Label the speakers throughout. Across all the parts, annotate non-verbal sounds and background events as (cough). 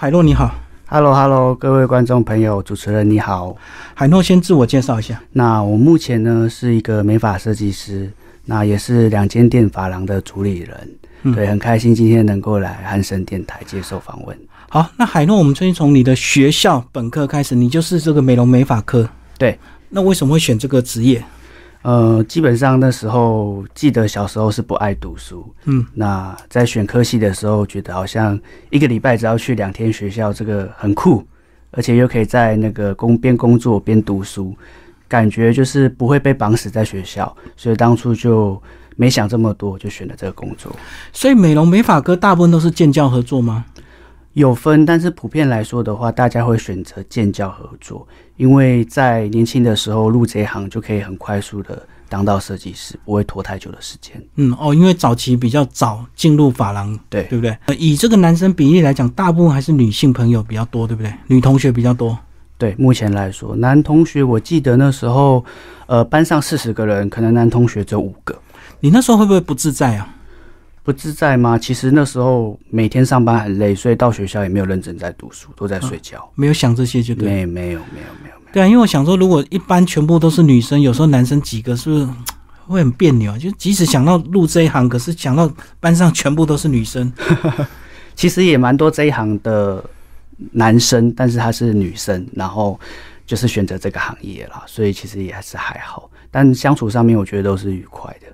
Speaker 1: 海诺你好，
Speaker 2: Hello，Hello，各位观众朋友，主持人你好。
Speaker 1: 海诺先自我介绍一下。
Speaker 2: 那我目前呢是一个美发设计师，那也是两间店发廊的主理人。
Speaker 1: 嗯
Speaker 2: 对，很开心今天能够来汉声电台接受访问。
Speaker 1: 好，那海诺，我们先从你的学校本科开始，你就是这个美容美发科。
Speaker 2: 对，
Speaker 1: 那为什么会选这个职业？
Speaker 2: 呃，基本上那时候记得小时候是不爱读书，
Speaker 1: 嗯，
Speaker 2: 那在选科系的时候，觉得好像一个礼拜只要去两天学校，这个很酷，而且又可以在那个工边工作边读书，感觉就是不会被绑死在学校，所以当初就没想这么多，就选了这个工作。
Speaker 1: 所以美容美发科大部分都是建教合作吗？
Speaker 2: 有分，但是普遍来说的话，大家会选择建教合作，因为在年轻的时候入这一行就可以很快速的当到设计师，不会拖太久的时间。
Speaker 1: 嗯，哦，因为早期比较早进入发廊，
Speaker 2: 对
Speaker 1: 对不对？呃以这个男生比例来讲，大部分还是女性朋友比较多，对不对？女同学比较多。
Speaker 2: 对，目前来说，男同学我记得那时候，呃，班上四十个人，可能男同学只有五个，
Speaker 1: 你那时候会不会不自在啊？
Speaker 2: 不自在吗？其实那时候每天上班很累，所以到学校也没有认真在读书，都在睡觉。
Speaker 1: 没有想这些就对了。
Speaker 2: 没没有没有没有没有，
Speaker 1: 对啊，因为我想说，如果一般全部都是女生，有时候男生几个是不是会很别扭啊？就即使想到入这一行，可是想到班上全部都是女生，
Speaker 2: 其实也蛮多这一行的男生，但是他是女生，然后就是选择这个行业啦，所以其实也还是还好，但相处上面我觉得都是愉快的。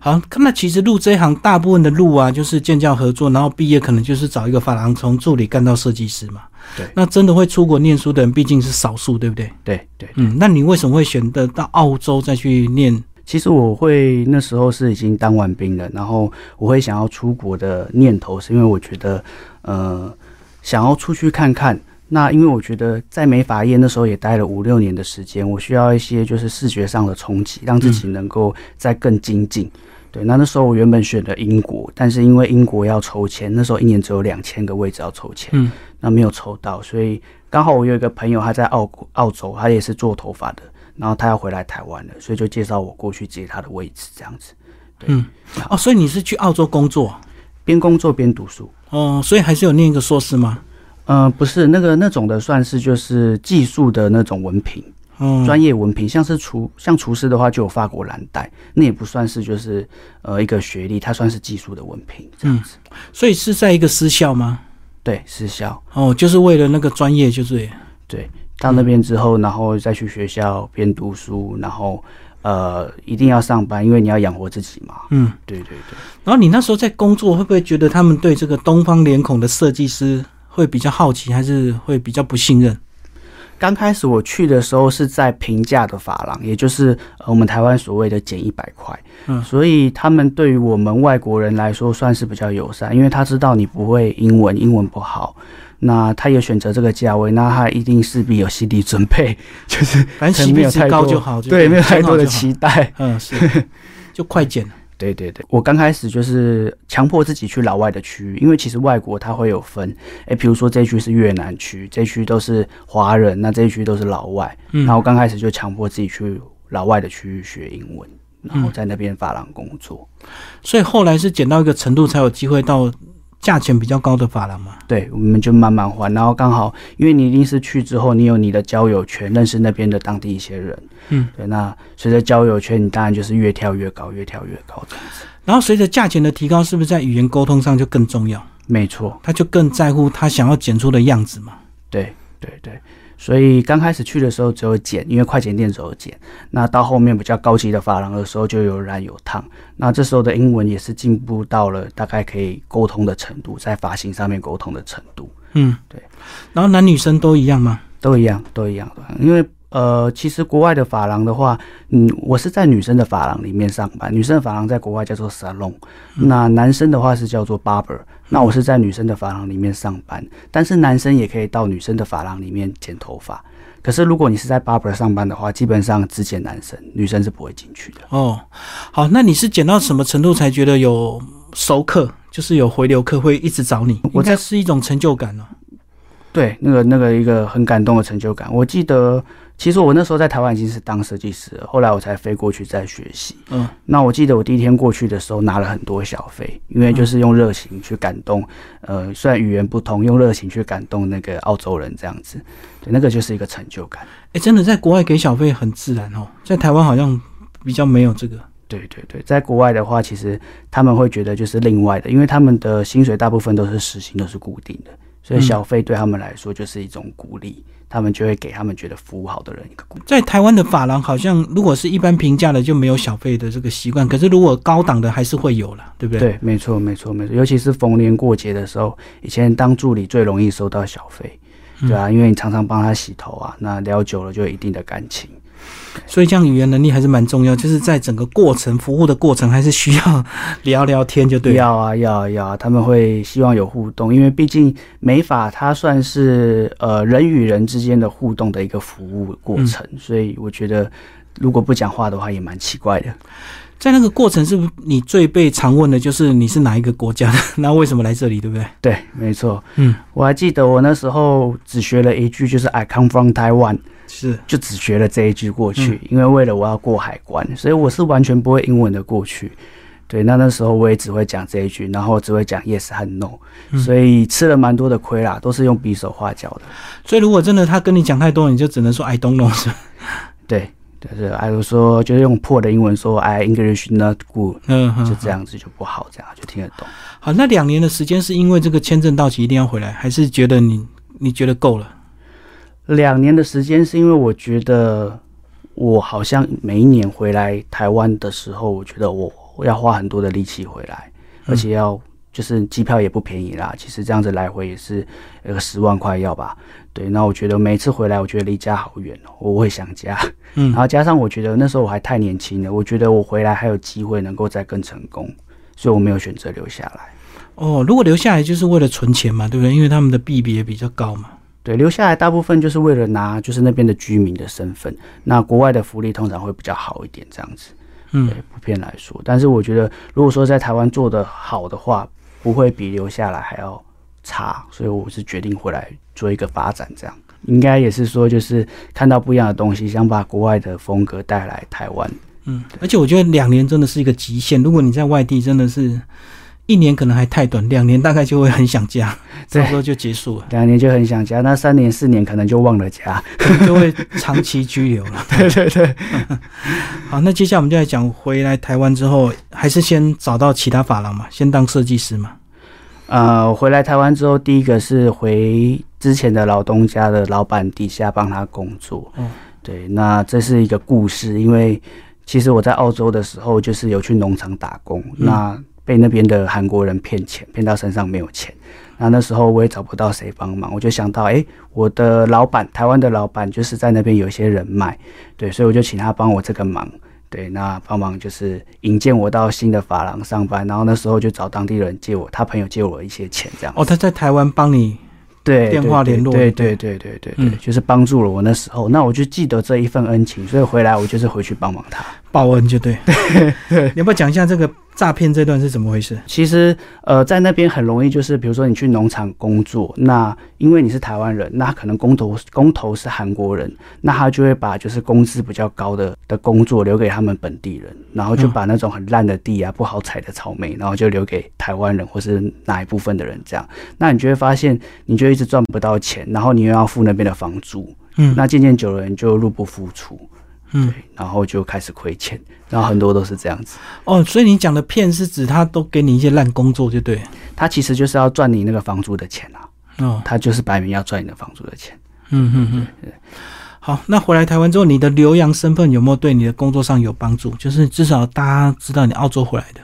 Speaker 1: 好，那其实入这一行大部分的路啊，就是建教合作，然后毕业可能就是找一个发廊从助理干到设计师嘛。
Speaker 2: 对
Speaker 1: 那真的会出国念书的人毕竟是少数，对不对？
Speaker 2: 对对，
Speaker 1: 嗯，那你为什么会选择到澳洲再去念？
Speaker 2: 其实我会那时候是已经当完兵了，然后我会想要出国的念头，是因为我觉得，呃，想要出去看看。那因为我觉得呃在美发业那时候也待了五六年的时间，我需要一些就是视觉上的冲击，让自己能够再更精进。对，那那时候我原本选了英国，但是因为英国要抽签，那时候一年只有两千个位置要抽签，
Speaker 1: 嗯，
Speaker 2: 那没有抽到，所以刚好我有一个朋友他在澳澳洲，他也是做头发的，然后他要回来台湾了，所以就介绍我过去接他的位置，这样子
Speaker 1: 哦，所以你是去澳洲工作
Speaker 2: 边工作边读书。
Speaker 1: 哦，所以还是有念一个硕士吗？
Speaker 2: 嗯、不是那个那种的，算是就是技术的那种文凭，
Speaker 1: 哦，
Speaker 2: 专业文凭，像是厨像厨师的话就有法国蓝带，那也不算是就是呃一个学历，它算是技术的文凭这样子。
Speaker 1: 所以是在一个私校吗？
Speaker 2: 对，私校。
Speaker 1: 哦，就是为了那个专业，就是
Speaker 2: 对，到那边之后，然后再去学校边读书，然后呃一定要上班，因为你要养活自己嘛。
Speaker 1: 嗯。
Speaker 2: 对对对，
Speaker 1: 然后你那时候在工作，会不会觉得他们对这个东方脸孔的设计师会比较好奇，还是会比较不信任？
Speaker 2: 刚开始我去的时候是在平价的发廊，也就是呃我们台湾所谓的减一百块，
Speaker 1: 嗯
Speaker 2: 所以他们对于我们外国人来说算是比较友善，因为他知道你不会英文，英文不好。那他也选择这个价位，那他一定势必有心理准备， (laughs) 就是
Speaker 1: 反
Speaker 2: 可
Speaker 1: 正息
Speaker 2: 能没
Speaker 1: 币
Speaker 2: 有
Speaker 1: 值
Speaker 2: 太
Speaker 1: 高
Speaker 2: 多
Speaker 1: 就好，就
Speaker 2: 对，没有太多的
Speaker 1: 就好
Speaker 2: 期待。
Speaker 1: 嗯，
Speaker 2: (laughs)
Speaker 1: 是就快剪。
Speaker 2: 对对对，我刚开始就是强迫自己去老外的区域，因为其实外国它会有分，诶，比如说这一区是越南区，这一区都是华人，那这一区都是老外。
Speaker 1: 嗯
Speaker 2: 然后刚开始就强迫自己去老外的区域学英文，
Speaker 1: 嗯
Speaker 2: 然后在那边发廊工作。
Speaker 1: 所以后来是剪到一个程度，才有机会到价钱比较高的发廊嘛。
Speaker 2: 对，我们就慢慢换。然后刚好，因为你一定是去之后，你有你的交友圈，认识那边的当地一些人。
Speaker 1: 嗯，
Speaker 2: 对。那随着交友圈，你当然就是越跳越高，越跳越高这样子。
Speaker 1: 然后随着价钱的提高，是不是在语言沟通上就更重要？
Speaker 2: 没错。
Speaker 1: 他就更在乎他想要剪出的样子嘛。
Speaker 2: 对对对，所以刚开始去的时候只有剪，因为快剪店只有剪。那到后面比较高级的发廊的时候，就有染有烫。那这时候的英文也是进步到了大概可以沟通的程度，在发型上面沟通的程度
Speaker 1: 嗯，
Speaker 2: 对。
Speaker 1: 然后男女生都一样吗？
Speaker 2: 都一样，都一样。因为呃，其实国外的发廊的话，嗯，我是在女生的发廊里面上班，女生的发廊在国外叫做 salon，、那男生的话是叫做 barber。那我是在女生的发廊里面上班，但是男生也可以到女生的发廊里面剪头发。可是如果你是在 barber 上班的话，基本上只剪男生，女生是不会进去的。
Speaker 1: 哦，好，那你是剪到什么程度才觉得有熟客，就是有回流客会一直找你？
Speaker 2: 我
Speaker 1: 应该
Speaker 2: 在
Speaker 1: 是一种成就感哦。
Speaker 2: 对，那个那个一个很感动的成就感。我记得，其实我那时候在台湾已经是当设计师了，后来我才飞过去再学习。
Speaker 1: 嗯，
Speaker 2: 那我记得我第一天过去的时候拿了很多小费，因为就是用热情去感动，呃，虽然语言不通，用热情去感动那个澳洲人这样子，对，那个就是一个成就感。
Speaker 1: 哎，真的在国外给小费很自然哦，在台湾好像比较没有这个。
Speaker 2: 对对对，在国外的话，其实他们会觉得就是另外的，因为他们的薪水大部分都是时薪，都是固定的，所以
Speaker 1: 嗯
Speaker 2: 小费对他们来说就是一种鼓励，他们就会给他们觉得服务好的人一个鼓励。
Speaker 1: 在台湾的发廊好像如果是一般平价的就没有小费的这个习惯，可是如果高档的还是会有啦，对不对？，
Speaker 2: 对，没错没错没错，尤其是逢年过节的时候，以前当助理最容易收到小费，
Speaker 1: 嗯
Speaker 2: 对啊，因为你常常帮他洗头啊，那聊久了就有一定的感情。
Speaker 1: 所以这样语言能力还是蛮重要，就是在整个过程服务的过程还是需要聊聊天就对了。
Speaker 2: 要啊要啊要啊，他们会希望有互动，因为毕竟美发它算是呃人与人之间的互动的一个服务过程，
Speaker 1: 嗯
Speaker 2: 所以我觉得如果不讲话的话也蛮奇怪的。
Speaker 1: 在那个过程，是不是你最被常问的就是你是哪一个国家的？ (laughs) 那为什么来这里，对不对？
Speaker 2: 对，没错，
Speaker 1: 嗯，
Speaker 2: 我还记得我那时候只学了一句，就是 I come from Taiwan，
Speaker 1: 是
Speaker 2: 就只学了这一句过去，
Speaker 1: 嗯
Speaker 2: 因为为了我要过海关，所以我是完全不会英文的过去。对，那那时候我也只会讲这一句，然后只会讲 yes 和 no，、
Speaker 1: 嗯
Speaker 2: 所以吃了蛮多的亏啦，都是用匕首画脚的。
Speaker 1: 所以如果真的他跟你讲太多，你就只能说 I don't know 是吧？
Speaker 2: 对，就是还有说，就是用破的英文说 I English not good，
Speaker 1: 嗯，
Speaker 2: 就
Speaker 1: 嗯
Speaker 2: 这样子就不好，这样就听得懂。
Speaker 1: 好，那两年的时间是因为这个签证到期一定要回来，还是觉得你你觉得够了？
Speaker 2: 两年的时间是因为我觉得我好像每一年回来台湾的时候，我觉得我要花很多的力气回来，而且要就是机票也不便宜啦。其实这样子来回也是有个十万块要吧。对，那我觉得每一次回来，我觉得离家好远哦，我会想家。
Speaker 1: 嗯
Speaker 2: 然后加上我觉得那时候我还太年轻了，我觉得我回来还有机会能够再更成功，所以我没有选择留下来。
Speaker 1: 哦，如果留下来就是为了存钱嘛，对不对？因为他们的币别比较高嘛。
Speaker 2: 对，留下来大部分就是为了拿就是那边的居民的身份，那国外的福利通常会比较好一点，这样子，
Speaker 1: 嗯
Speaker 2: 对，，普遍来说。但是我觉得，如果说在台湾做的好的话，不会比留下来还要差，所以我是决定回来做一个发展，这样应该也是说就是看到不一样的东西，想把国外的风格带来台湾。
Speaker 1: 嗯，而且我觉得两年真的是一个极限。如果你在外地，真的是一年可能还太短，两年大概就会很想家，
Speaker 2: 对
Speaker 1: 差不多就结束了，
Speaker 2: 两年就很想家，那三年四年可能就忘了家。
Speaker 1: 就会长期居留了。
Speaker 2: (laughs) 对对对，
Speaker 1: (laughs) 好，那接下来我们就来讲回来台湾之后，还是先找到其他发廊嘛，先当设计师
Speaker 2: (laughs)
Speaker 1: 嘛。
Speaker 2: 呃，回来台湾之后，第一个是回之前的老东家的老板底下帮他工作。
Speaker 1: 嗯
Speaker 2: 对，那这是一个故事，因为其实我在澳洲的时候，就是有去农场打工，那被那边的韩国人骗钱，骗到身上没有钱。那那时候我也找不到谁帮忙，我就想到，诶，我的老板，台湾的老板就是在那边有一些人脉，对，所以我就请他帮我这个忙。对，那帮忙就是引荐我到新的发廊上班，然后那时候就找当地人借我，他朋友借我一些钱这样子。
Speaker 1: 哦，他在台湾帮你，
Speaker 2: 对，
Speaker 1: 电话
Speaker 2: 对
Speaker 1: 联络
Speaker 2: 对对对对对对，
Speaker 1: 嗯
Speaker 2: 就是帮助了我那时候，那我就记得这一份恩情，所以回来我就是回去帮忙他。
Speaker 1: 报恩就
Speaker 2: (laughs)
Speaker 1: 对。对，你要不要讲一下这个诈骗这段是怎么回事？
Speaker 2: 其实呃，在那边很容易就是，比如说你去农场工作，那因为你是台湾人，那可能工头工头是韩国人，那他就会把就是工资比较高的的工作留给他们本地人，然后就
Speaker 1: 嗯
Speaker 2: 把那种很烂的地啊、不好采的草莓，然后就留给台湾人或是哪一部分的人这样。那你就会发现，你就一直赚不到钱，然后你又要付那边的房租，
Speaker 1: 嗯
Speaker 2: 那渐渐久了你就入不敷出，
Speaker 1: 嗯，
Speaker 2: 然后就开始亏钱，然后很多都是这样子。
Speaker 1: 哦，所以你讲的骗是指他都给你一些烂工作就对。
Speaker 2: 他其实就是要赚你那个房租的钱啊。
Speaker 1: 哦，
Speaker 2: 他就是摆明要赚你的房租的钱。
Speaker 1: 嗯嗯嗯。好，那回来台湾之后，你的留洋身份有没有对你的工作上有帮助？就是至少大家知道你澳洲回来的。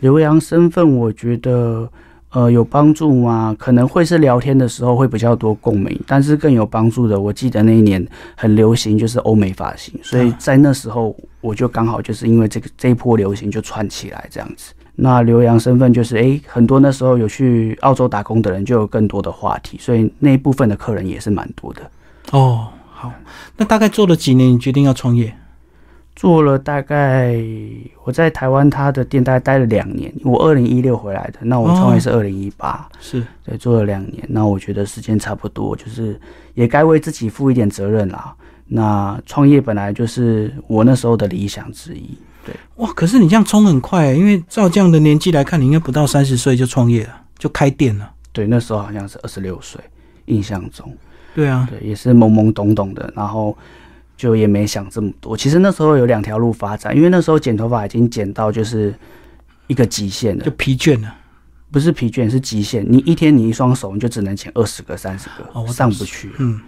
Speaker 2: 留洋身份，我觉得呃有帮助吗？可能会是聊天的时候会比较多共鸣，但是更有帮助的，我记得那一年很流行就是欧美发型，所以在那时候我就刚好就是因为这个这一波流行就串起来这样子。那留洋身份就是，诶，很多那时候有去澳洲打工的人就有更多的话题，所以那一部分的客人也是蛮多的。
Speaker 1: 哦，好，那大概做了几年，你决定要创业？
Speaker 2: 做了大概我在台湾他的店大概待了两年，我二零一六回来的，那我创业是二零一八，
Speaker 1: 是
Speaker 2: 对，做了两年，那我觉得时间差不多，就是也该为自己负一点责任啦。那创业本来就是我那时候的理想之一，
Speaker 1: 哇，可是你这样冲很快、因为照这样的年纪来看，你应该不到三十岁就创业了，就开店了。
Speaker 2: 对，那时候好像是二十六岁，印象中。
Speaker 1: 对啊，
Speaker 2: 对，也是懵懵懂懂的，然后就也没想这么多。其实那时候有两条路发展，因为那时候剪头发已经剪到就是一个极限了
Speaker 1: 就，疲倦了。
Speaker 2: 不是疲倦，是极限。你一天你一双手，你就只能剪二十个、三十个，
Speaker 1: 哦我懂
Speaker 2: 上不去。
Speaker 1: 嗯，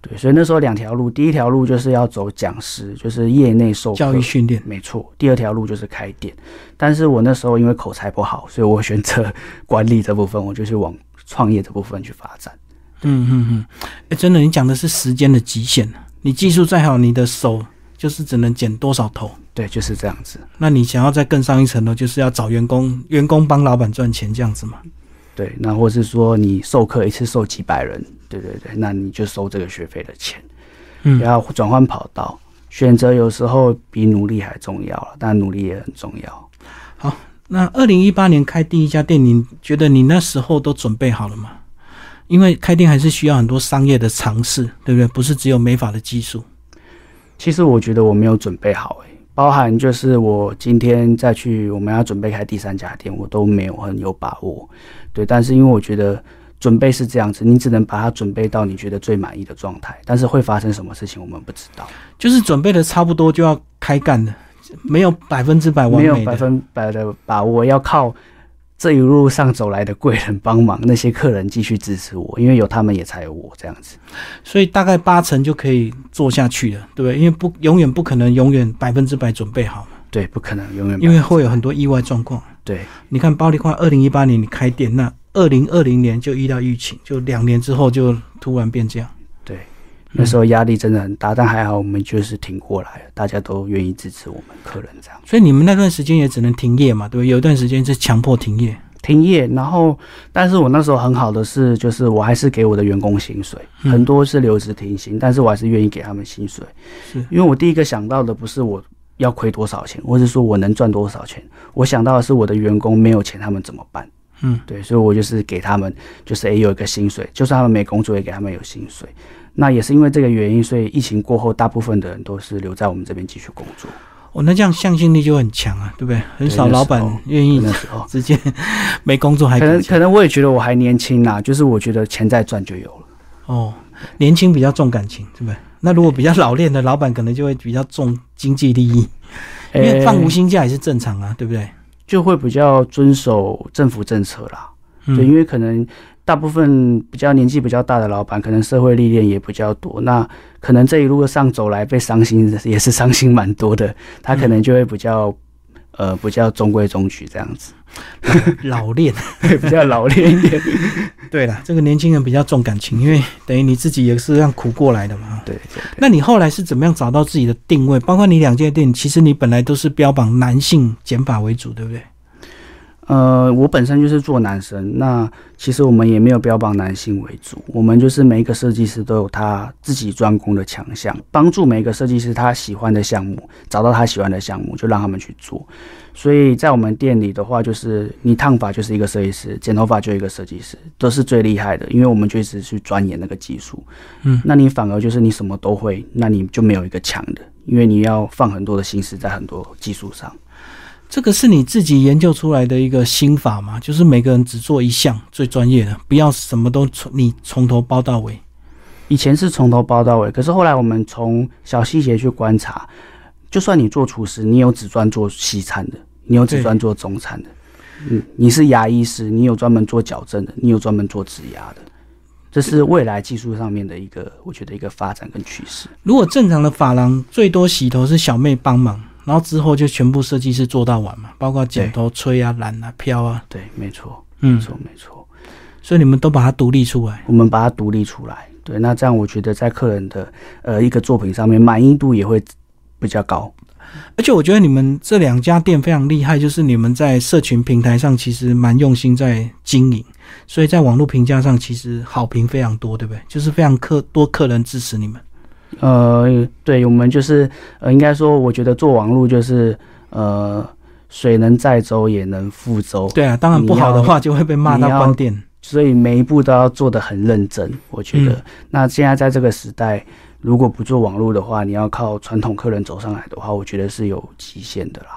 Speaker 2: 对，所以那时候两条路，第一条路就是要走讲师，就是业内授课
Speaker 1: 教育训练
Speaker 2: 没错，第二条路就是开店，但是我那时候因为口才不好，所以我选择 (laughs) 管理这部分，我就去往创业这部分去发展。
Speaker 1: 嗯嗯嗯，哎、真的，你讲的是时间的极限。你技术再好，你的手就是只能剪多少头。
Speaker 2: 对，就是这样子。
Speaker 1: 那你想要再更上一层楼，就是要找员工，员工帮老板赚钱这样子嘛？
Speaker 2: 对，那或是说你授课一次授几百人，对对对，那你就收这个学费的钱，
Speaker 1: 嗯
Speaker 2: 然后转换跑道，选择有时候比努力还重要了，但努力也很重要。
Speaker 1: 那二零一八年开第一家店，你觉得你那时候都准备好了吗？因为开店还是需要很多商业的尝试，对不对？不是只有美发的技术。
Speaker 2: 其实我觉得我没有准备好、欸，包含就是我今天再去我们要准备开第三家店，我都没有很有把握，对，但是因为我觉得。准备是这样子，你只能把它准备到你觉得最满意的状态，但是会发生什么事情我们不知道。
Speaker 1: 就是准备的差不多就要开干了，没有百分之百完
Speaker 2: 没有
Speaker 1: 美
Speaker 2: 百
Speaker 1: 的。
Speaker 2: 分百的把握，要靠这一路上走来的贵人帮忙，那些客人继续支持我，因为有他们也才有我这样子。
Speaker 1: 所以大概八成就可以做下去了，对不对？因为不永远不可能永远百分之百准备好嘛，
Speaker 2: 对，不可能永远
Speaker 1: 因为会有很多意外状况。
Speaker 2: 对
Speaker 1: 你看暴力化，二零一八年你开店，那二零二零年就遇到疫情，就两年之后就突然变这样。
Speaker 2: 对，那时候压力真的很大，但还好我们就是挺过来了，大家都愿意支持我们客人这样。
Speaker 1: 所以你们那段时间也只能停业嘛，对不对？有一段时间是强迫停业。
Speaker 2: 停业，然后，但是我那时候很好的是，就是我还是给我的员工薪水，
Speaker 1: 嗯
Speaker 2: 很多是留职停薪，但是我还是愿意给他们薪水，
Speaker 1: 是
Speaker 2: 因为我第一个想到的不是我要亏多少钱，或是说我能赚多少钱，我想到的是我的员工没有钱他们怎么办？
Speaker 1: 嗯，
Speaker 2: 对，所以我就是给他们，就是诶、有一个薪水，就算他们没工作也给他们有薪水。那也是因为这个原因，所以疫情过后，大部分的人都是留在我们这边继续工作。
Speaker 1: 哦，那这样向心力就很强啊，对不对？很少
Speaker 2: 对那时候
Speaker 1: 老板愿意
Speaker 2: 那时候，
Speaker 1: 直接没工作还
Speaker 2: 可
Speaker 1: 给
Speaker 2: 能
Speaker 1: 钱
Speaker 2: 可能我也觉得我还年轻啦，就是我觉得钱再赚就有了。
Speaker 1: 哦，年轻比较重感情，对不对？那如果比较老练的老板，可能就会比较重经济利益，因为
Speaker 2: 诶
Speaker 1: 放无薪假也是正常啊，对不对？
Speaker 2: 就会比较遵守政府政策啦。对，因
Speaker 1: 嗯，
Speaker 2: 为可能大部分比较年纪比较大的老板，可能社会历练也比较多，那可能这一路上走来被伤心也是伤心蛮多的，他可能就会比较。呃，比较中规中矩这样子，
Speaker 1: 老练。
Speaker 2: (laughs) 比较老练一点。
Speaker 1: 对了，这个年轻人比较重感情，因为等于你自己也是这样苦过来的嘛。
Speaker 2: 对对对，
Speaker 1: 那你后来是怎么样找到自己的定位？包括你两间店，其实你本来都是标榜男性减法为主，对不对？
Speaker 2: 呃，我本身就是做男生，那其实我们也没有标榜男性为主，我们就是每一个设计师都有他自己专攻的强项，帮助每一个设计师他喜欢的项目，找到他喜欢的项目就让他们去做。所以在我们店里的话，就是你烫发就是一个设计师，剪头发就一个设计师，都是最厉害的，因为我们就一直去钻研那个技术。
Speaker 1: 嗯
Speaker 2: 那你反而就是你什么都会，那你就没有一个强的，因为你要放很多的心思在很多技术上。
Speaker 1: 这个是你自己研究出来的一个心法嘛？就是每个人只做一项最专业的，不要什么都从你从头包到尾。
Speaker 2: 以前是从头包到尾，可是后来我们从小细节去观察，就算你做厨师，你有只专做西餐的，你有只专做中餐的，嗯，你是牙医师，你有专门做矫正的，你有专门做植牙的，这是未来技术上面的一个，我觉得一个发展跟趋势。
Speaker 1: 如果正常的发廊最多洗头是小妹帮忙，然后之后就全部设计师做到完嘛，包括剪头、吹啊、染啊、飘啊，
Speaker 2: 对，没错，没
Speaker 1: 嗯，
Speaker 2: 错，没错，
Speaker 1: 所以你们都把它独立出来。
Speaker 2: 我们把它独立出来，对，那这样我觉得在客人的呃一个作品上面满意度也会比较高。
Speaker 1: 而且我觉得你们这两家店非常厉害，就是你们在社群平台上其实蛮用心在经营，所以在网络评价上其实好评非常多，对不对？就是非常客多客人支持你们。
Speaker 2: 呃，对我们就是呃，应该说，我觉得做网络就是呃，水能载舟也能覆舟，
Speaker 1: 对啊，当然不好的话就会被骂到
Speaker 2: 你要
Speaker 1: 关店。
Speaker 2: 所以每一步都要做得很认真。我觉得，
Speaker 1: 嗯
Speaker 2: 那现在在这个时代，如果不做网络的话，你要靠传统客人走上来的话，我觉得是有极限的啦。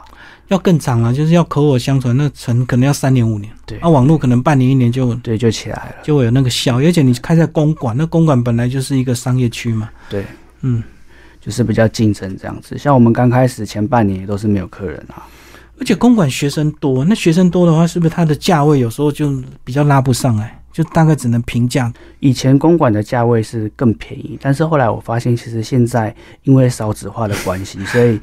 Speaker 1: 要更长了，就是要口耳相传，那成可能要三年五年，
Speaker 2: 对
Speaker 1: 那、网络可能半年一年就
Speaker 2: 对，就起来了。
Speaker 1: 就会有那个效，而且你开在公馆，那公馆本来就是一个商业区嘛，
Speaker 2: 对，
Speaker 1: 嗯，
Speaker 2: 就是比较竞争这样子。像我们刚开始前半年也都是没有客人啊，
Speaker 1: 而且公馆学生多，那学生多的话，是不是它的价位有时候就比较拉不上来，就大概只能平价，
Speaker 2: 以前公馆的价位是更便宜，但是后来我发现，其实现在因为少子化的关系，所以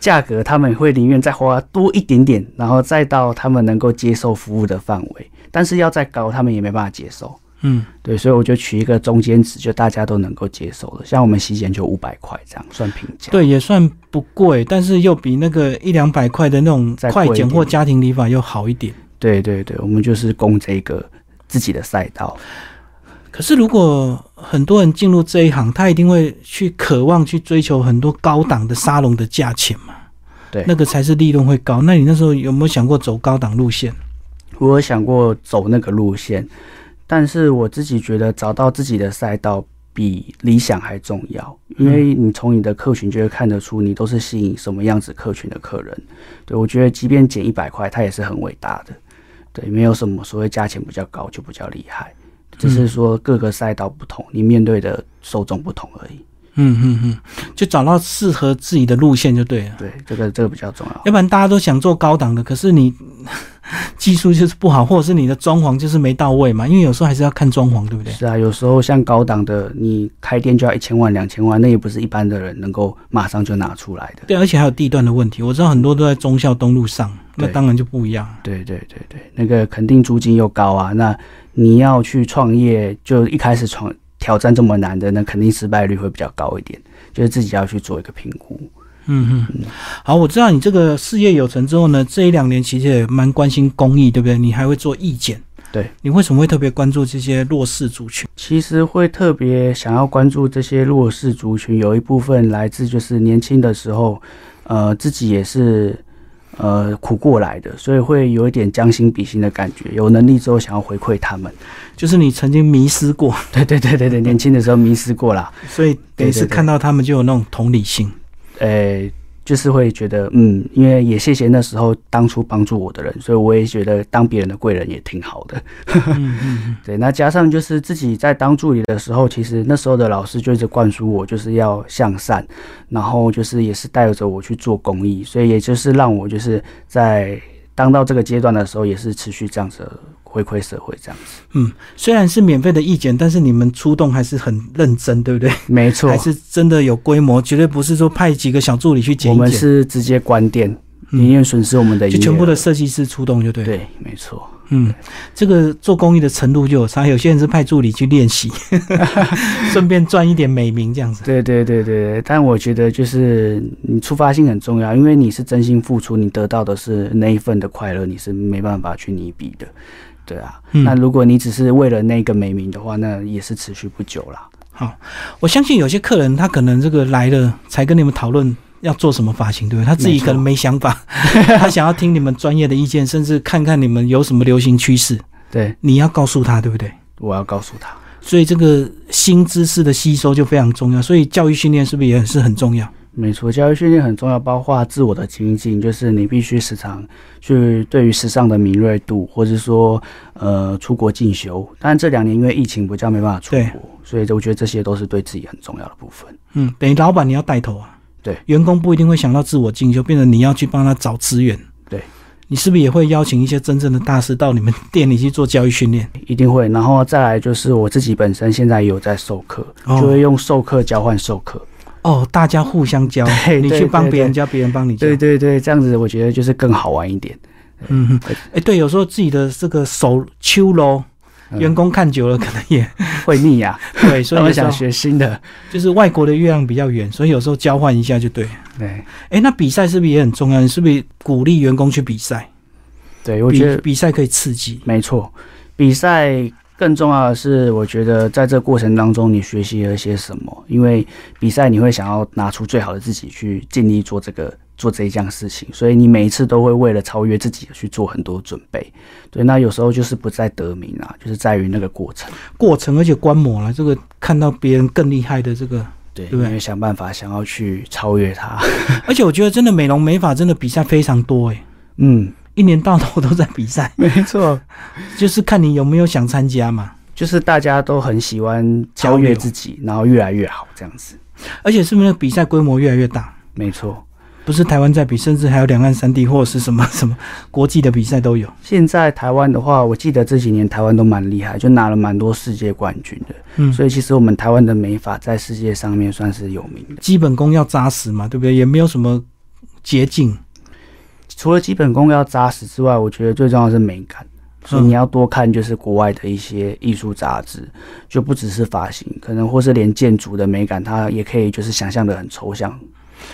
Speaker 2: 价格他们会宁愿再花多一点点，然后再到他们能够接受服务的范围，但是要再高，他们也没办法接受。
Speaker 1: 嗯，
Speaker 2: 对，所以我就取一个中间值，就大家都能够接受的。像我们洗剪就五百块这样，算平价。
Speaker 1: 对，也算不贵，但是又比那个一两百块的那种
Speaker 2: 再贵
Speaker 1: 快
Speaker 2: 一
Speaker 1: 剪
Speaker 2: 点
Speaker 1: 或家庭理发又好一点。
Speaker 2: 对对对，我们就是攻这个自己的赛道。
Speaker 1: 可是，如果很多人进入这一行，他一定会去渴望去追求很多高档的沙龙的价钱嘛？
Speaker 2: 对
Speaker 1: 那个才是利润会高。那你那时候有没有想过走高档路线？
Speaker 2: 我有想过走那个路线，但是我自己觉得找到自己的赛道比理想还重要，因为你从你的客群就会看得出你都是吸引什么样子客群的客人。对我觉得，即便减一百块，它也是很伟大的。对，没有什么所谓价钱比较高就比较厉害，只是说各个赛道不同，你面对的受众不同而已。
Speaker 1: 嗯嗯嗯，就找到适合自己的路线就对了。
Speaker 2: 对，这个这个比较重要。
Speaker 1: 要不然大家都想做高档的，可是你 (laughs) 技术就是不好，或者是你的装潢就是没到位嘛。因为有时候还是要看装潢，对不对？
Speaker 2: 是啊，有时候像高档的，你开店就要一千万、两千万，那也不是一般的人能够马上就拿出来的。
Speaker 1: 对，而且还有地段的问题。我知道很多都在忠孝东路上，那
Speaker 2: 对
Speaker 1: 当然就不一样。
Speaker 2: 对对对对，那个肯定租金又高啊。那你要去创业，就一开始创挑战这么难的，那肯定失败率会比较高一点，就是自己要去做一个评估。
Speaker 1: 嗯嗯，好，我知道你这个事业有成之后呢，这一两年其实也蛮关心公益，对不对？你还会做义检，
Speaker 2: 对，
Speaker 1: 你为什么会特别关注这些弱势族群？
Speaker 2: 其实会特别想要关注这些弱势族群，有一部分来自就是年轻的时候，呃，自己也是呃苦过来的，所以会有一点将心比心的感觉。有能力之后想要回馈他们。
Speaker 1: 就是你曾经迷失过， (laughs)
Speaker 2: 对对对对对，年轻的时候迷失过啦，
Speaker 1: 所以等于
Speaker 2: 对
Speaker 1: 是
Speaker 2: 对对
Speaker 1: 看到他们就有那种同理
Speaker 2: (laughs)
Speaker 1: 心。
Speaker 2: 呃，就是会觉得，嗯，因为也谢谢那时候当初帮助我的人，所以我也觉得当别人的贵人也挺好的。
Speaker 1: 嗯嗯
Speaker 2: (laughs) 对，那加上就是自己在当助理的时候，其实那时候的老师就一直灌输我，就是要向善，然后就是也是带着我去做公益，所以也就是让我就是在当到这个阶段的时候，也是持续这样子回馈社会这样子。
Speaker 1: 嗯，虽然是免费的义检，但是你们出动还是很认真，对不对？
Speaker 2: 没错
Speaker 1: 还，是真的有规模，绝对不是说派几个小助理去检
Speaker 2: 我们
Speaker 1: 一检，
Speaker 2: 是直接关店，宁
Speaker 1: 嗯，
Speaker 2: 愿损失我们的
Speaker 1: 就
Speaker 2: 营业
Speaker 1: 全部的
Speaker 2: 额
Speaker 1: 设计师出动，就对。，
Speaker 2: 对，没错。
Speaker 1: 嗯，这个做公益的程度就有差，有些人是派助理去练
Speaker 2: (laughs)
Speaker 1: 习， (laughs) 顺便赚一点美名这样子。
Speaker 2: 对对对对，对但我觉得就是你出发性很重要，因为你是真心付出，你得到的是那一份的快乐，你是没办法去弥比的。对啊，
Speaker 1: 嗯
Speaker 2: 那如果你只是为了那个美名的话，那也是持续不久啦。
Speaker 1: 我相信有些客人他可能这个来了才跟你们讨论要做什么发型，对不对？他自己
Speaker 2: 没错
Speaker 1: 可能没想法， (laughs) 他想要听你们专业的意见，甚至看看你们有什么流行趋势，
Speaker 2: 对，
Speaker 1: 你要告诉他，对不对？
Speaker 2: 我要告诉他，
Speaker 1: 所以这个新知识的吸收就非常重要，所以教育训练是不是也是很重要？
Speaker 2: 没错，教育训练很重要，包括自我的精进，就是你必须时常去对于时尚的敏锐度，或者说呃出国进修。但这两年因为疫情比较没办法出
Speaker 1: 对
Speaker 2: 国，所以我觉得这些都是对自己很重要的部分。
Speaker 1: 嗯，等于老板你要带头啊，
Speaker 2: 对，
Speaker 1: 员工不一定会想到自我进修，变成你要去帮他找资源，
Speaker 2: 对，
Speaker 1: 你是不是也会邀请一些真正的大师到你们店里去做教育训练？
Speaker 2: 一定会。然后再来就是我自己本身现在也有在授课，
Speaker 1: 哦
Speaker 2: 就会用授课交换授课。
Speaker 1: 哦，大家互相教，(laughs)
Speaker 2: 对
Speaker 1: 你去
Speaker 2: 对
Speaker 1: 帮
Speaker 2: 对
Speaker 1: 别人
Speaker 2: 对
Speaker 1: 教，别人帮你教，
Speaker 2: 对对对，这样子我觉得就是更好玩一点。
Speaker 1: 嗯哼，哎、对，有时候自己的这个手秋喽，
Speaker 2: 嗯
Speaker 1: 员工看久了可能
Speaker 2: (laughs)
Speaker 1: 也、
Speaker 2: 会腻呀、
Speaker 1: 对，所以有
Speaker 2: 他们
Speaker 1: 时候
Speaker 2: 想学新的。
Speaker 1: 就是外国的月亮比较圆，所以有时候交换一下就对。
Speaker 2: 对
Speaker 1: 哎、那比赛是不是也很重要？你是不是鼓励员工去比赛？
Speaker 2: 对，我
Speaker 1: 比
Speaker 2: 觉得
Speaker 1: 比赛可以刺激。
Speaker 2: 没错，比赛。更重要的是，我觉得在这过程当中，你学习了些什么？因为比赛你会想要拿出最好的自己去尽力做这个做这一件事情，所以你每一次都会为了超越自己去做很多准备。对，那有时候就是不在得名啊，就是在于那个过程。
Speaker 1: 过程，而且观摩了这个看到别人更厉害的这个，
Speaker 2: 对，
Speaker 1: 对
Speaker 2: 因为想办法想要去超越它。 (laughs)
Speaker 1: 而且我觉得真的美容美发真的比赛非常多诶、欸
Speaker 2: 嗯，
Speaker 1: 一年到头都在比赛，
Speaker 2: 没错，
Speaker 1: 就是看你有没有想参加嘛。
Speaker 2: 就是大家都很喜欢
Speaker 1: 交
Speaker 2: 超
Speaker 1: 流
Speaker 2: 越自己，然后越来越好这样子。
Speaker 1: 而且是不是比赛规模越来越大？
Speaker 2: 没错，
Speaker 1: 不是台湾在比，甚至还有两岸三地或者是什么什么 (laughs) 国际的比赛都有。
Speaker 2: 现在台湾的话，我记得这几年台湾都蛮厉害，就拿了蛮多世界冠军的。
Speaker 1: 嗯，
Speaker 2: 所以其实我们台湾的美法在世界上面算是有名的。
Speaker 1: 基本功要扎实嘛，对不对？也没有什么捷径。
Speaker 2: 除了基本功要扎实之外，我觉得最重要的是美感。所以你要多看，就是国外的一些艺术杂志，就不只是发型，可能或是连建筑的美感，它也可以就是想象的很抽象，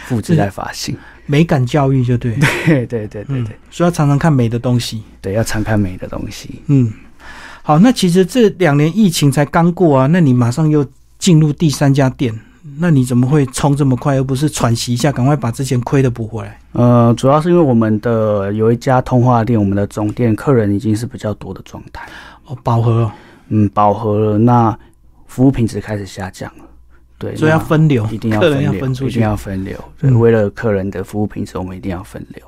Speaker 2: 复制在发型。
Speaker 1: 美感教育就对，
Speaker 2: 对对对对对
Speaker 1: 嗯，所以要常常看美的东西。
Speaker 2: 对，要常看美的东西。
Speaker 1: 嗯，好，那其实这两年疫情才刚过啊，那你马上又进入第三家店，那你怎么会冲这么快，而不是喘息一下，赶快把之前亏的补回来？
Speaker 2: 呃，主要是因为我们的有一家通化店，我们的总店客人已经是比较多的状态。
Speaker 1: 哦，饱和哦，
Speaker 2: 嗯，饱和了，那服务品质开始下降了。对，
Speaker 1: 所以要
Speaker 2: 那
Speaker 1: 分流，
Speaker 2: 一定要
Speaker 1: 客
Speaker 2: 分
Speaker 1: 人
Speaker 2: 流，
Speaker 1: 要分出
Speaker 2: 一定
Speaker 1: 去。
Speaker 2: 要分流。对，
Speaker 1: 嗯
Speaker 2: 为了客人的服务品质，我们一定要分流。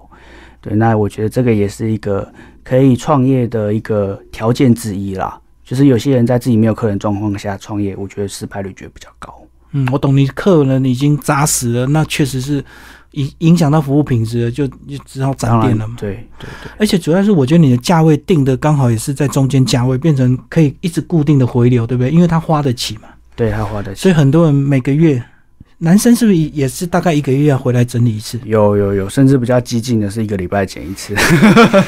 Speaker 2: 对，那我觉得这个也是一个可以创业的一个条件之一啦。就是有些人在自己没有客人状况下创业，我觉得失败率觉得比较高。
Speaker 1: 嗯，我懂你，客人已经扎实了，那确实是影影响到服务品质了，就就只好展
Speaker 2: 当然
Speaker 1: 店了嘛。
Speaker 2: 对对对，
Speaker 1: 而且主要是我觉得你的价位定的刚好也是在中间价位，变成可以一直固定的回流，对不对？因为他花得起嘛，
Speaker 2: 对他花的钱
Speaker 1: 所以很多人每个月，男生是不是也是大概一个月要回来整理一次？ (laughs)
Speaker 2: 有有有，甚至比较激进的是一个礼拜剪一次。
Speaker 1: 啊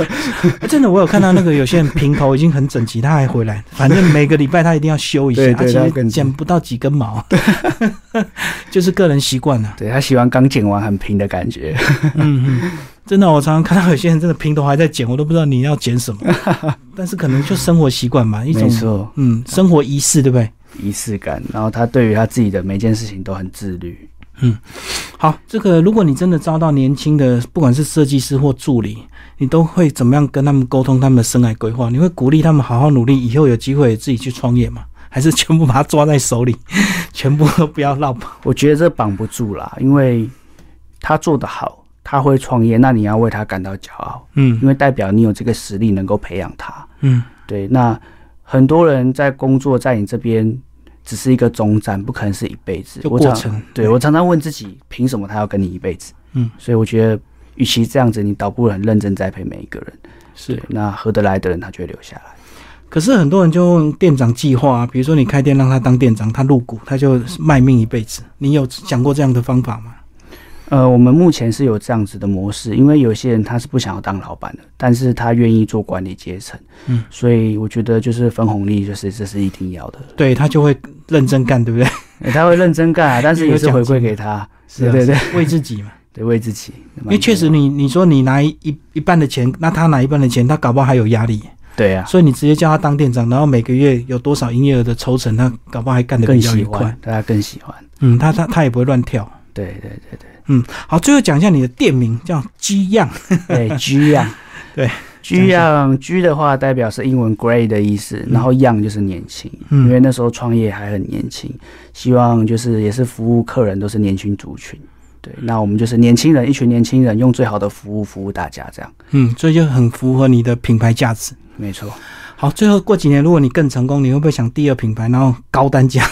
Speaker 1: 真的，我有看到那个有些人平头已经很整齐，他还回
Speaker 2: (laughs)
Speaker 1: 来，反正每个礼拜他一定要修一下，
Speaker 2: 对
Speaker 1: 而
Speaker 2: 对他
Speaker 1: 且
Speaker 2: 更
Speaker 1: 剪不到几根
Speaker 2: (laughs)
Speaker 1: 毛，就是个人习惯啊了。
Speaker 2: 对他喜欢刚剪完很平的感觉。
Speaker 1: 嗯嗯，真的，我常常看到有些人真的平头还在剪，我都不知道你要剪
Speaker 2: (laughs)
Speaker 1: 什么，但是可能就生活习惯嘛，一
Speaker 2: 没
Speaker 1: 种
Speaker 2: 错，
Speaker 1: 嗯生活仪式，对不对？
Speaker 2: 仪式感，然后他对于他自己的每件事情都很自律。
Speaker 1: 好，这个如果你真的招到年轻的，不管是设计师或助理，你都会怎么样跟他们沟通他们的生涯规划？你会鼓励他们好好努力，以后有机会自己去创业吗？还是全部把它抓在手里， (laughs) 全部都不要绕跑？
Speaker 2: 我觉得这绑不住啦，因为他做得好，他会创业，那你要为他感到骄傲，
Speaker 1: 嗯
Speaker 2: 因为代表你有这个实力能够培养他。
Speaker 1: 嗯，
Speaker 2: 对，那很多人在工作在你这边只是一个中站，不可能是一辈子。
Speaker 1: 就
Speaker 2: 我
Speaker 1: 过
Speaker 2: 常
Speaker 1: 程
Speaker 2: 对我常常问自己，凭什么他要跟你一辈子？
Speaker 1: 嗯，
Speaker 2: 所以我觉得，与其这样子，你倒不如很认真栽培每一个人。
Speaker 1: 是
Speaker 2: 对。，那合得来的人，他就会留下来。
Speaker 1: 可是很多人就用店长计划啊，比如说你开店让他当店长，他入股，他就卖命一辈子。你有想过这样的方法吗？
Speaker 2: 呃，我们目前是有这样子的模式，因为有些人他是不想要当老板的，但是他愿意做管理阶层，
Speaker 1: 嗯，
Speaker 2: 所以我觉得就是分红利，就是这是一定要的，
Speaker 1: 对他就会认真干，对不对？
Speaker 2: 欸他会认真干
Speaker 1: (laughs)
Speaker 2: 啊，但是也是回馈给他，
Speaker 1: 是啊
Speaker 2: 对对
Speaker 1: 为自己嘛。
Speaker 2: 对，为自己，
Speaker 1: 因为确实你，你说你拿一一一半的钱，那他拿一半的钱，他搞不好还有压力，
Speaker 2: 对啊，
Speaker 1: 所以你直接叫他当店长，然后每个月有多少营业额的抽成，他搞不好还干得比
Speaker 2: 更
Speaker 1: 较愉
Speaker 2: 喜
Speaker 1: 快
Speaker 2: 欢。，大家更喜欢，
Speaker 1: 嗯，他他他也不会乱跳。
Speaker 2: 对对对对
Speaker 1: 嗯，好，最后讲一下你的店名叫鸡样，
Speaker 2: (laughs) 对，G 样，
Speaker 1: 对
Speaker 2: ，G 样嗯 G 的话代表是英文 grey 的意思，然后样就是年轻，因为
Speaker 1: 嗯，
Speaker 2: 那时候创业还很年轻，希望就是也是服务客人都是年轻族群。对，那我们就是年轻人，一群年轻人用最好的服务服务大家，这样
Speaker 1: 嗯，所以就很符合你的品牌价值。
Speaker 2: 没错。
Speaker 1: 好，最后过几年，如果你更成功，你会不会想第二品牌，然后高单价？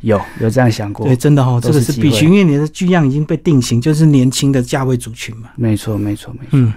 Speaker 2: 有有这样想过
Speaker 1: 对，，真的哦，
Speaker 2: 都
Speaker 1: 这个
Speaker 2: 是
Speaker 1: 是
Speaker 2: 机
Speaker 1: 必须，
Speaker 2: 会
Speaker 1: 因为你的巨样已经被定型，就是年轻的价位族群嘛。
Speaker 2: 没错，没错，没错。
Speaker 1: 嗯，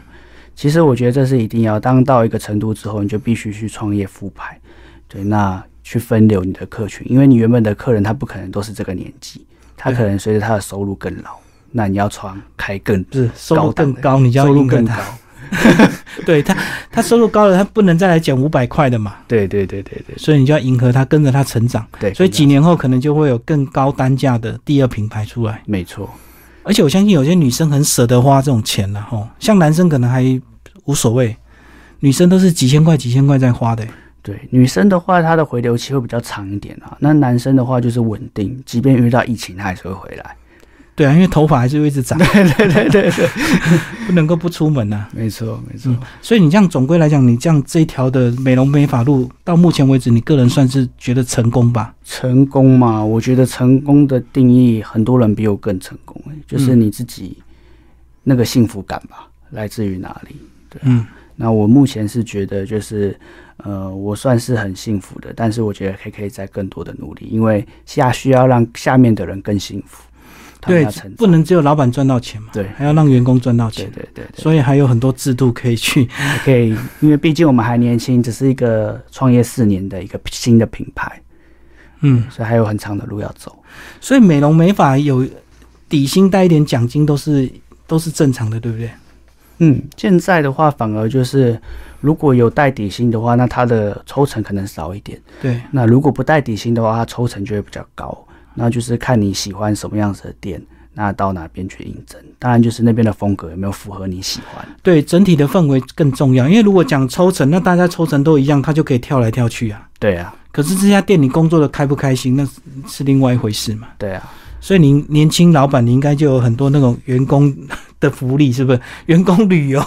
Speaker 2: 其实我觉得这是一定要，当到一个程度之后，你就必须去创业复牌，对，那去分流你的客群，因为你原本的客人他不可能都是这个年纪，他
Speaker 1: 对
Speaker 2: 可能随着他的收入更老，那你要创开更
Speaker 1: 是收入
Speaker 2: 高档
Speaker 1: 更
Speaker 2: 的
Speaker 1: 高，你就要
Speaker 2: 收入
Speaker 1: 迎合
Speaker 2: 更
Speaker 1: 它
Speaker 2: 高，
Speaker 1: (laughs) 对他，他收入高了，他不能再来减五百块的嘛，
Speaker 2: 对对对对对
Speaker 1: 所以你就要迎合他，跟着他成长。
Speaker 2: 对，
Speaker 1: 所以
Speaker 2: 更
Speaker 1: 几
Speaker 2: 高
Speaker 1: 年后可能就会有更高单价的第二品牌出来。
Speaker 2: 没错。
Speaker 1: 而且我相信有些女生很舍得花这种钱了、吼，像男生可能还无所谓，女生都是几千块、几千块在花的、
Speaker 2: 对对，女生的话，她的回流期会比较长一点啊。那男生的话就是稳定，即便遇到疫情，他还是会回来。
Speaker 1: 对啊，因为头发还是会一直长，
Speaker 2: 对对对对对，
Speaker 1: 不能够不出门呐、
Speaker 2: 没错没错。
Speaker 1: 所以你这样总归来讲，你这样这一条的美容美发路到目前为止，你个人算是觉得成功吧？
Speaker 2: 成功嘛，我觉得成功的定义，很多人比我更成功、欸，就是
Speaker 1: 嗯
Speaker 2: 你自己那个幸福感吧，来自于哪里？
Speaker 1: 嗯，
Speaker 2: 那我目前是觉得，就是呃，我算是很幸福的，但是我觉得还可以再更多的努力，因为下需要让下面的人更幸福，他们
Speaker 1: 对
Speaker 2: 要成，
Speaker 1: 不
Speaker 2: 长
Speaker 1: 能只有老板赚到钱嘛，
Speaker 2: 对
Speaker 1: 还要让员工赚到
Speaker 2: 对
Speaker 1: 钱，
Speaker 2: 对对对，
Speaker 1: 所以还有很多制度可以
Speaker 2: (laughs)
Speaker 1: 去。
Speaker 2: 还可以，因为毕竟我们还年轻，只是一个创业四年的一个新的品牌，
Speaker 1: 嗯，
Speaker 2: 所以还有很长的路要走。
Speaker 1: 所以美容美发有底薪带一点奖金都是都是正常的，对不对？
Speaker 2: 嗯，现在的话反而就是，如果有带底薪的话，那它的抽成可能少一点；
Speaker 1: 对，
Speaker 2: 那如果不带底薪的话，它抽成就会比较高。那就是看你喜欢什么样子的店，那到哪边去应征。当然就是那边的风格有没有符合你喜欢。
Speaker 1: 对，整体的氛围更重要。因为如果讲抽成，那大家抽成都一样，他就可以跳来跳去啊。
Speaker 2: 对啊，
Speaker 1: 可是这家店你工作的开不开心，那是是另外一回事嘛。
Speaker 2: 对啊，
Speaker 1: 所以您年轻老板，你应该就有很多那种员工的福利，是不 (laughs) 是？员工旅游，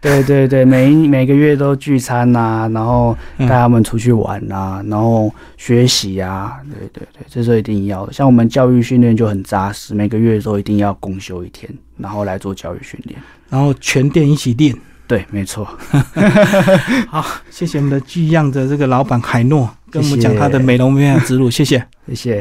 Speaker 2: 对对对，每一每个月都聚餐呐、然后带他们出去玩啊，然后学习啊，对对对，这是一定要的。像我们教育训练就很扎实，每个月都一定要公休一天，然后来做教育训练。
Speaker 1: 然后全店一起练。
Speaker 2: 对，没错。
Speaker 1: 谢谢我们的巨样的这个老板海诺，跟我们
Speaker 2: 谢
Speaker 1: 讲
Speaker 2: 谢
Speaker 1: 他的美容美发之路，谢谢。
Speaker 2: 谢谢。